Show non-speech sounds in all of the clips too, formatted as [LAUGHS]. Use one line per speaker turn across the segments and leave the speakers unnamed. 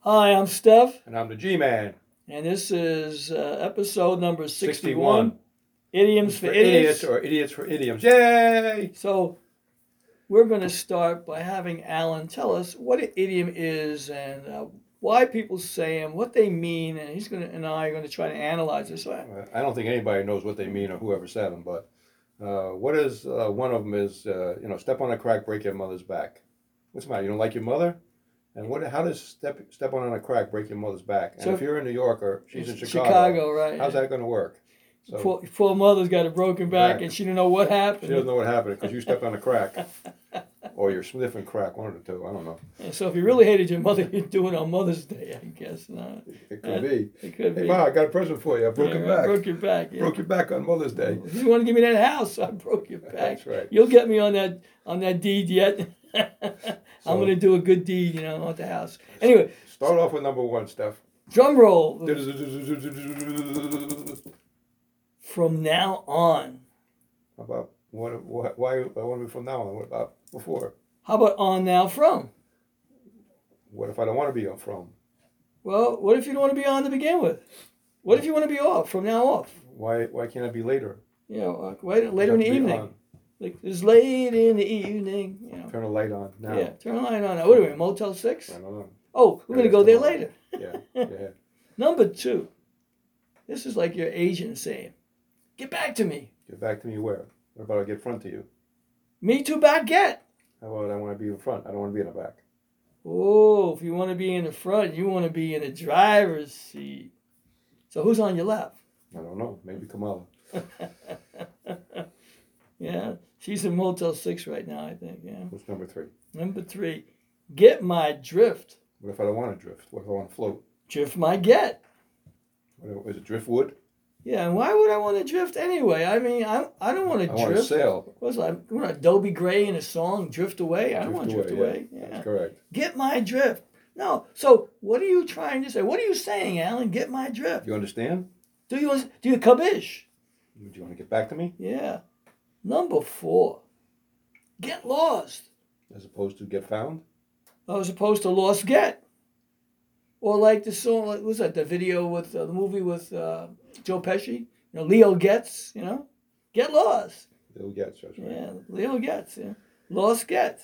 Hi, I'm Steph,
And I'm the G Man.
and this is uh, episode number 61, Idioms for,
For
Idiots.
idiots or idiots for idioms. Yay!
So, we're going to start by having Alan tell us what an idiom is and uh, why people say them, what they mean, and he's going to and I are going to try to analyze this. So,
Uh, I don't think anybody knows what they mean or whoever said them, but uh, what is uh, one of them is uh, you know step on a crack, break your mother's back. What's the matter? You don't like your mother? And what? How does step step on a crack break your mother's back? And
So-
if you're in New York or she's in Chicago,
Chicago, right?
how's that going to work? So
Poor, poor mother's got a broken back,
Right.
and she didn't know what
she
happened.
doesn't know what happened because you stepped on a crack,
[LAUGHS]
or you're sniffing crack, one of the two. I don't know.
And so, if you really hated your mother, [LAUGHS] you'd do it on Mother's Day, I guess. No,
It could be.
it could
Hey,
be.
Ma, I got a present for you. I broke
Yeah,
your
right,
back.
Broke your back. yeah.
broke your back on Mother's Day.
If you want to give me that house, I broke your back.
That's right.
You'll get me on that on that deed yet. [LAUGHS]
So-
I'm gonna do a good deed, you know, I want the house. Anyway,
Start off with number one, Steph.
drum roll.
About
From now on,
what, what, why, why want to be from now on? What about before?
how about on now from?
What if I don't want to be from?
Well, what if you don't want to be on to begin with? What if you want to be off from now off?
Why, why can't I be later?
You know, like, wait, later in the
You have to be
evening.
on.
Like it's late in the evening. You know.
Turn the light on now.
Yeah, turn the light on. What are we? Motel Six?
I don't know.
Oh, we're gonna
Maybe
go there
that's the
later.
Yeah, yeah.
Number two. This is like your agent saying, "Get back to me."
Get back to me where? What about I get front to you?
Me too bad get.
How about I want to be in front? I don't want to be in the back.
Oh, if you want to be in the front, you want to be in the driver's seat. So who's on your lap?
I don't know. Maybe Kamala.
Yeah, she's in Motel 6 right now, I think. Yeah.
What's number three?
Number three, get my drift.
What if I don't want to drift? What if I want to float?
Drift my get.
What if, is it driftwood?
Yeah, and why would I want to drift anyway? I mean, I, I don't want to
I want to
drift.
sail.
What's that? What, Adobe Gray in a song, Drift Away? I don't want to drift away.
Yeah.
Yeah.
That's correct.
Get my drift. No, so what are you trying to say? What are you saying, Alan? Get my drift.
You understand?
Do you, do you kabish?
Do you want to get back to me?
Yeah. Number four, get lost.
As opposed to get found?
I was supposed to lost get. Or like the song, like, was that the video with uh, the movie with uh, Joe Pesci? You know, Leo gets, you know, get lost.
They'll get that's right.
Yeah, Leo gets, yeah. Lost get.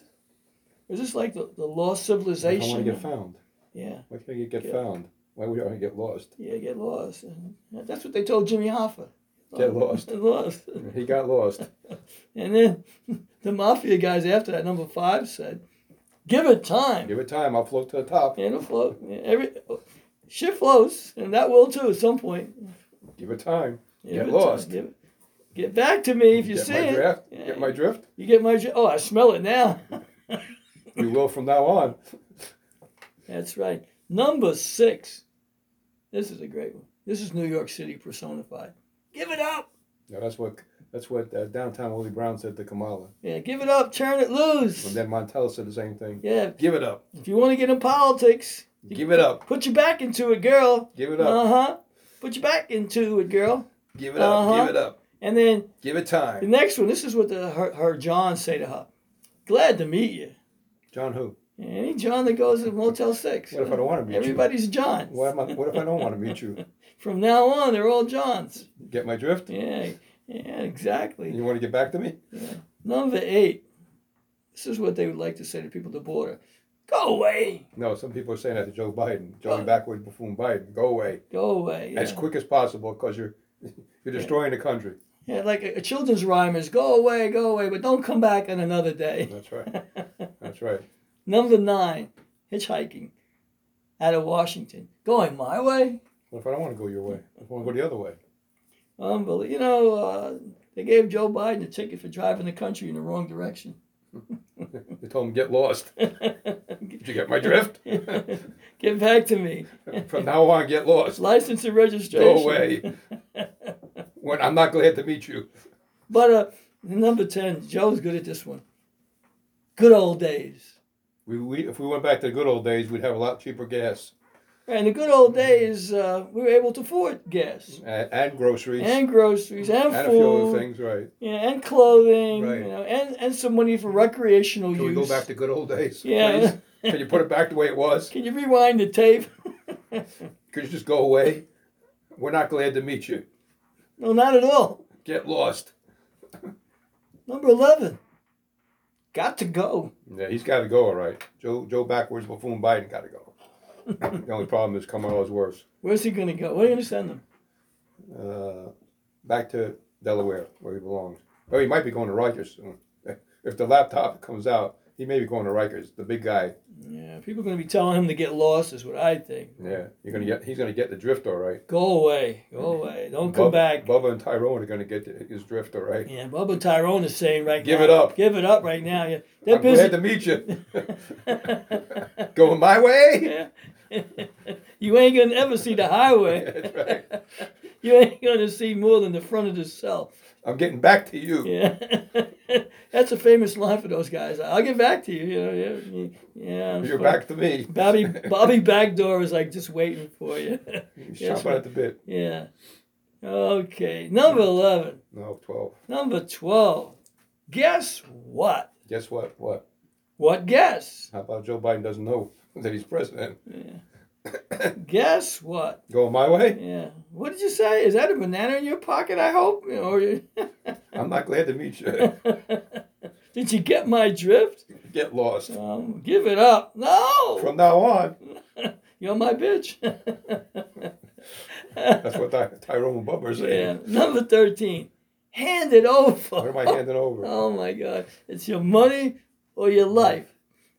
Is this like the, the lost
I don't want
civilization?
to get found.
yeah,
Why can't you get
Yeah.
found? Why would I get lost?
yeah, get lost. Yeah, That's what they told Jimmy Hoffa.
Get lost.
lost.
He
[LAUGHS]
got lost.
And then [LAUGHS] the mafia guys after that, number five, said, give it time.
Give it time. I'll float to the top.
And it'll float. Yeah, Every shit floats, and that will too at some point.
Give it time.
Give
Get
it to-
lost.
give it- get back to me if you
get
see
my
it.
drift.
Yeah,
Get my drift.
you get my. dr- Oh, I smell it now. [LAUGHS]
We will from now on.
That's right. Number six. This is a great one. This is New York City personified. Give it up.
Now that's what that's what uh, downtown Willie Brown said to Kamala.
Yeah, give it up. Turn it loose.
And then Montel said the same thing.
Yeah,
Give it up.
if you want to get in politics,
Give it up.
put your back into it, girl.
Give it up.
Uh huh. Put your back into it, girl.
Give it up.
Uh-huh.
Give it up.
And then
Give it
The
time.
next one, this is what the, her, her John say to her. Glad to meet you.
John who?
Any John that goes to Motel 6.
What if I don't want to meet
Everybody's John.
you? What, am I, what if I don't want to meet you?
From now on, they're all Johns.
Get my drift?
Yeah, yeah, exactly.
You want to get back to me?
Number eight. This is what they would like to say to people at the border. Go away.
No, some people are saying that to Joe Biden, Joey
Oh.
backward buffoon Biden, go away
Go away. Yeah,
as quick as possible because you're [LAUGHS] you're destroying the country.
yeah like a, a children's rhyme is go away, go away, but don't come back on another day. [LAUGHS]
That's right. That's right.
Number nine. Hitchhiking out of Washington. Going my way?
What if I don't want to go your way? I want to go the other way.
Unbelievable. You know, uh, they gave Joe Biden a ticket for driving the country in the wrong direction.
They told him get lost. Did you get my drift?
[LAUGHS] Get back to me.
From now on, get lost.
License and registration.
Go
[LAUGHS]
away. When I'm not glad to meet you.
But uh, number 10, Joe's good at this one. Good old days.
We, we if we went back to the good old days, we'd have a lot cheaper gas
And the good old days, uh, we were able to afford gas
and, and groceries
and groceries and,
and a
food
few other things. Right?
Yeah, and clothing
Right.
you know, and, and some money for recreational
Can we
use.
go back to good old
[LAUGHS]
days?
yeah,
please? Can you put it back the way it
[LAUGHS]
was?
Can you rewind the tape? [LAUGHS]
Could you just go away? We're not glad to meet you.
no, not at all.
Get lost.
Number 11. Got to go.
Yeah, he's got to go, all right. Joe Joe backwards buffoon Biden got
[LAUGHS]
to go. the only problem is Kamala's worse.
Where's he going to go? Where are you going to send him?
Uh, back to Delaware where he belongs. Oh, he might be going to Rikers soon. [LAUGHS] If the laptop comes out, he may be going to Rikers. The big guy.
Yeah, people are going to be telling him to get lost, is what I think.
Yeah, you're gonna get. He's gonna get the drift, all right.
Go away. Go away. Don't come
Bub-
back.
Bubba and Tyrone are gonna get the, his drift, all right.
Yeah, Bubba Tyrone is saying right
Give
now.
it up.
Give it up right now. Yeah, they're
I'm glad
busy.
to meet you.
[LAUGHS]
going my way. [LAUGHS]
Yeah. you ain't gonna ever see the
[LAUGHS]
highway.
That's right.
You ain't gonna see more than the front of the cell.
I'm getting back to you.
Yeah, [LAUGHS] that's a famous line for those guys. I'll get back to you. You know, yeah, yeah. I'm
You're
sorry.
back to me. [LAUGHS]
Bobby Bobby Backdoor is like just waiting for you. [LAUGHS]
He's
Yes,
chomping
right.
at the bit.
yeah. Okay, number eleven.
No, twelve.
Number twelve. Guess what?
Guess what? What?
What guess?
How about Joe Biden doesn't know [LAUGHS] that he's president? [COUGHS]
Guess what?
Going my way?
Yeah. What did you say? Is that a banana in your pocket? I hope. You know, Or you- [LAUGHS]
I'm not glad to meet you. [LAUGHS]
did you get my drift?
Get lost.
Um, give it up. No.
From now on,
You're my bitch. [LAUGHS]
that's what Ty- Tyrone and Bubba are
yeah.
saying.
Number thirteen. Hand it over.
What am I
[LAUGHS]
handing over?
Oh my God! It's your money or your life,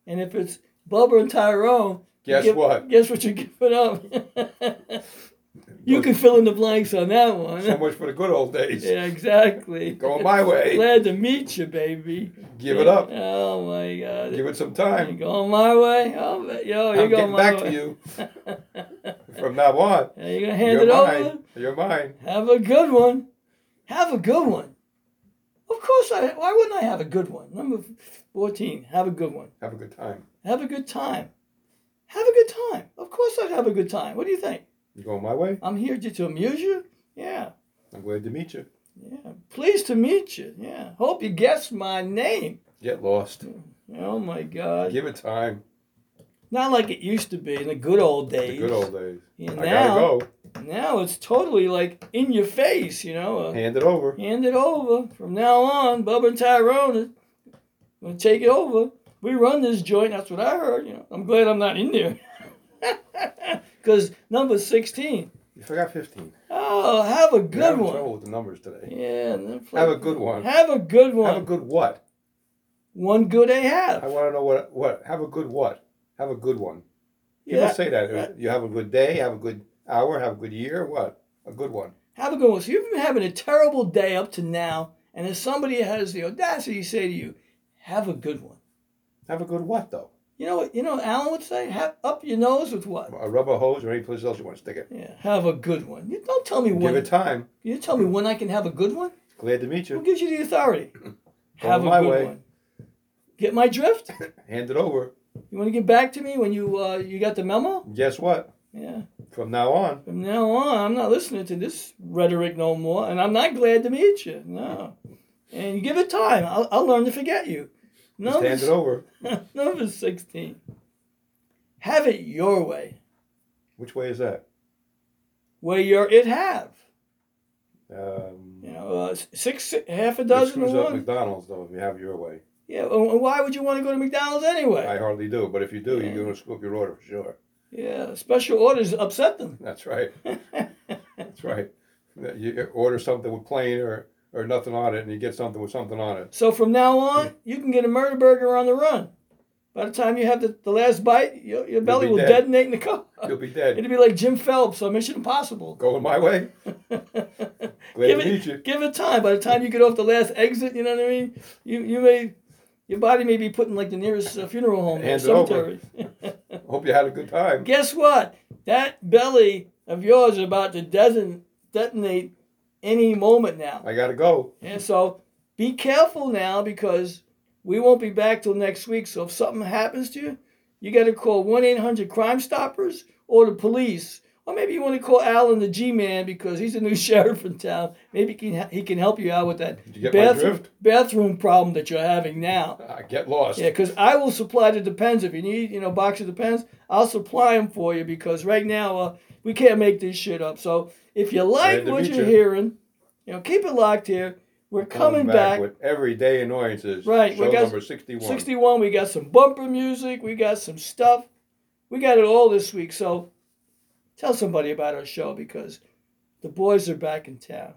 and if it's Bubba and Tyrone, you
Guess
give-
what?
Guess what you're giving up. [LAUGHS] you can fill in the blanks on that
So
one.
much for the good old days.
[LAUGHS] Yeah, exactly.
Going my way.
Glad to meet you, baby.
Give it up.
Oh my God.
Give it some
You
time.
going my way? I'll bet- Yo, you're going
I'm getting
my
back
way. [LAUGHS]
to you. From now on,
Yeah, you gonna [LAUGHS] hand
you're
it
mine.
over?
You're mine.
Have a good one. Have a good one. Of course I. Why wouldn't I have a good one? Number fourteen. Have a good one.
Have a good time.
Have a good time. Have a good time. Of course I'd have a good time. What do you think?
You going my way?
I'm here to, to amuse you. Yeah.
I'm glad to meet you.
Yeah. Pleased to meet you. Yeah. Hope you guessed my name.
Get lost.
Oh my God.
Give it time.
Not like it used to be in the good old days.
The good old days.
Yeah,
I
now,
gotta go.
now it's totally like in your face, you know. Uh,
Hand it over.
hand it over. From now on, Bubba and Tyrone is gonna take it over. We run this joint. That's what I heard. You know, I'm glad I'm not in there. [LAUGHS] Because number 16.
You forgot 15.
Oh, have a
You're
good
having
one.
trouble with the numbers today.
Yeah. and then
Have a good one.
Have a good one.
Have a good what?
one good they
I
have.
want to know what what. Have a good what? Have a good one. People
Yeah.
say that uh, you have a good day, have a good hour, have a good year. What? A good one.
Have a good one. So you've been having a terrible day up to now, and if somebody has the audacity to say to you, "Have a good one,"
Have a good what though?
you know what you know. what Alan would say, "Have up your nose with what?"
A rubber hose or any place else you want to stick it.
Yeah, have a good one. You don't tell me
Give
when.
it time.
you tell me when I can have a good one.
Glad to meet
Who
you.
gives you the
[LAUGHS]
authority? have a
my
good
way.
one. Get my drift.
Hand it over.
You want to get back to me when you uh, you got the memo?
Guess what?
Yeah.
From now on,
From now on, I'm not listening to this rhetoric no more, and I'm not glad to meet you. No. And give it time. I'll, I'll learn to forget you.
just
Number,
hand it over.
[LAUGHS] number 16. Have it your way,
Which way is that?
where you're it have.
Um,
You know, uh, six, half a
it
dozen or
screws up
one.
McDonald's though if you have your way.
Yeah, and and why would you want to go to McDonald's anyway?
I hardly do, but if you do,
Yeah.
you're gonna screw up your order for sure. [LAUGHS]
Yeah, special orders upset them. [LAUGHS]
That's right. That's right. That You order something with plain or, or nothing on it, and you get something with something on it.
So from now on, you can get a murder burger on the run. By the time you have the, the last bite, your, your belly
be
will
dead.
detonate in the car.
You'll be dead.
It'd be like Jim Phelps on Mission Impossible. [LAUGHS]
Going my way. Glad
Give
to meet you.
it, give it time. By the time you get off the last exit, you know what I mean. You you may your body may be put in like the nearest uh, funeral home or
Hand it over.
cemetery. [LAUGHS]
Hope you had a good time.
Guess what? That belly of yours is about to deton- detonate any moment now.
I gotta go.
And so be careful now because we won't be back till next week. So if something happens to you, you got to call 1 800 Crime Stoppers or the police Or maybe you want to call Alan the G man because he's the new [LAUGHS] sheriff in town. Maybe he can he can help you out with that
Did you get my
bathroom
drift?
bathroom problem that you're having now.
Ah, get lost.
Yeah, because I will supply the depends if you need, you know, box of depends. I'll supply them for you because right now uh, we can't make this shit up. So if you like
Glad to
what
meet
you're
you.
hearing, you know, keep it locked here. We're coming back.
with everyday annoyances.
Right, we
Show
got
number 61.
61. We got some bumper music. We got some stuff. We got it all this week. So tell somebody about our show because the boys are back in town.